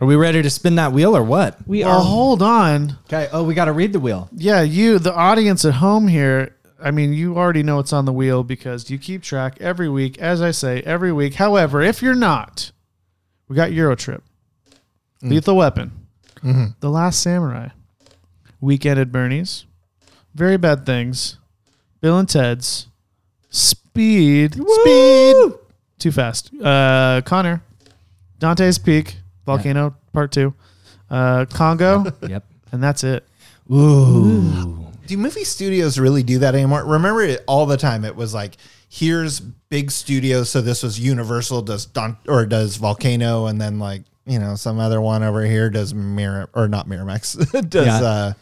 A: Are we ready to spin that wheel or what?
D: We
B: Well,
D: are.
B: hold on.
A: Okay. Oh, we got to read the wheel.
B: Yeah, you, the audience at home here, I mean, you already know it's on the wheel because you keep track every week, as I say, every week. However, if you're not, we got Eurotrip, Lethal Weapon, The Last Samurai, Weekend at Bernie's, Very Bad Things, Bill and Ted's, Speed, Speed, Too Fast, uh, Connor, Dante's Peak, Volcano Part 2, uh, Congo,
A: Yep.
B: and that's it.
C: Do movie studios really do that anymore? Remember it all the time. It was like, here's big studios. So this was Universal does Don or does Volcano, and then like you know some other one over here does Mir or not Miramax does
A: Yeah.
C: uh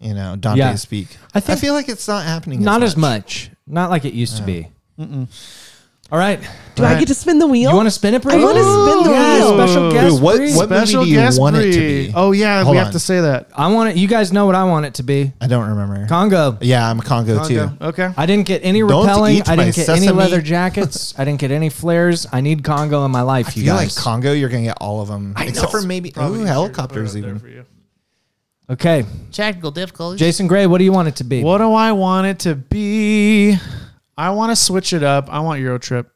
C: you know Dante's
A: Yeah.
C: Peak.
A: I
C: I,
A: think-
C: feel like it's not happening.
A: Not as much. Not like it used to be. All right.
D: Do I get to spin the wheel?
A: You want to spin it, Bree?
D: I wanna spin the wheel.
A: Special guest.
C: Dude, what-
A: Bree.
C: what- movie do you want it to
B: Bree.
C: be?
B: Oh yeah,
C: Hold
B: we
C: on.
B: have to say that.
A: I want it. You guys know what I want it to be.
C: I don't remember.
A: Congo.
C: yeah, I'm Congo, too.
B: Okay.
A: I didn't get any
C: Don't
A: rappelling.
C: eat
A: I
C: my
A: didn't get any
C: sesame.
A: leather jackets. I didn't get any flares. I need Congo in my life,
C: you
A: you
C: feel
A: guys.
C: like Congo, you're gonna get all of them, except for maybe ooh, helicopters. Even
A: okay.
L: Technical difficulties.
A: Jason Gray, what do you want it to be?
B: What do I want it to be? I want to switch it up. I want Euro Trip.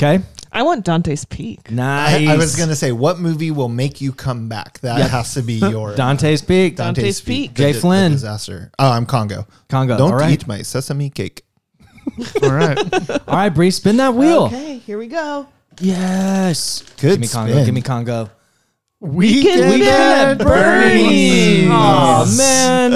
A: Okay.
D: I want Dante's Peak.
A: Nice.
C: I, I was gonna say, what movie will make you come back? That
A: Yeah.
C: has to be your
A: Dante's Peak.
D: Dante's Peak.
A: Jay
C: the- the
A: Flynn.
C: disaster. Oh, I'm Congo.
A: Congo.
C: Don't
A: All right.
C: eat my sesame cake.
B: All right.
A: All right, Bree, spin that wheel.
D: Okay, here we go.
A: Yes.
C: Good
A: Give me Congo.
C: spin.
A: Give me Congo.
B: Weekend,
A: Weekend at Bernie's. Oh man.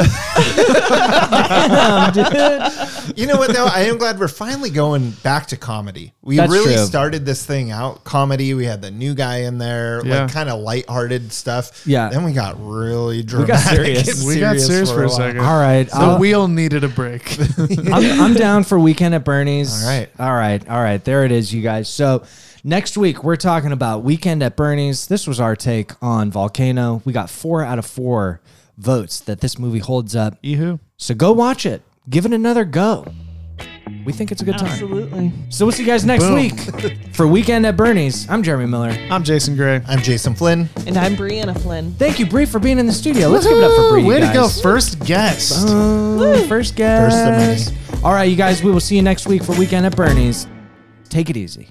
A: Damn, dude.
C: You know what though? I am glad we're finally going back to comedy. We
A: That's
C: really
A: true.
C: started this thing out comedy. We had the new guy in there,
B: Yeah.
C: like kind of lighthearted stuff.
A: Yeah.
C: Then we got really
A: We
C: dramatic.
A: got serious.
B: We got serious for a
C: while.
B: second.
A: All right.
B: The
A: I'll-
B: wheel needed a break.
A: I'm, I'm down for weekend at Bernie's.
C: All right.
A: All right. All right. There it is, you guys. So next week we're talking about weekend at Bernie's. This was our take on Volcano. We got four out of four votes that this movie holds up.
B: Ehu.
A: So go watch it. Give it another go. We think it's a good time.
D: Absolutely.
A: So we'll see you guys next week for Weekend at Bernie's. I'm Jeremy Miller.
B: I'm Jason Gray.
C: I'm Jason Flynn.
D: And I'm Brianna Flynn.
A: Thank you, Bree, for being in the studio. Let's give it up for Bree. you
B: Way to go,
A: guys.
B: first guest.
A: Boom. First guest.
C: First of many.
A: All right, you guys, we will see you next week for Weekend at Bernie's. Take it easy.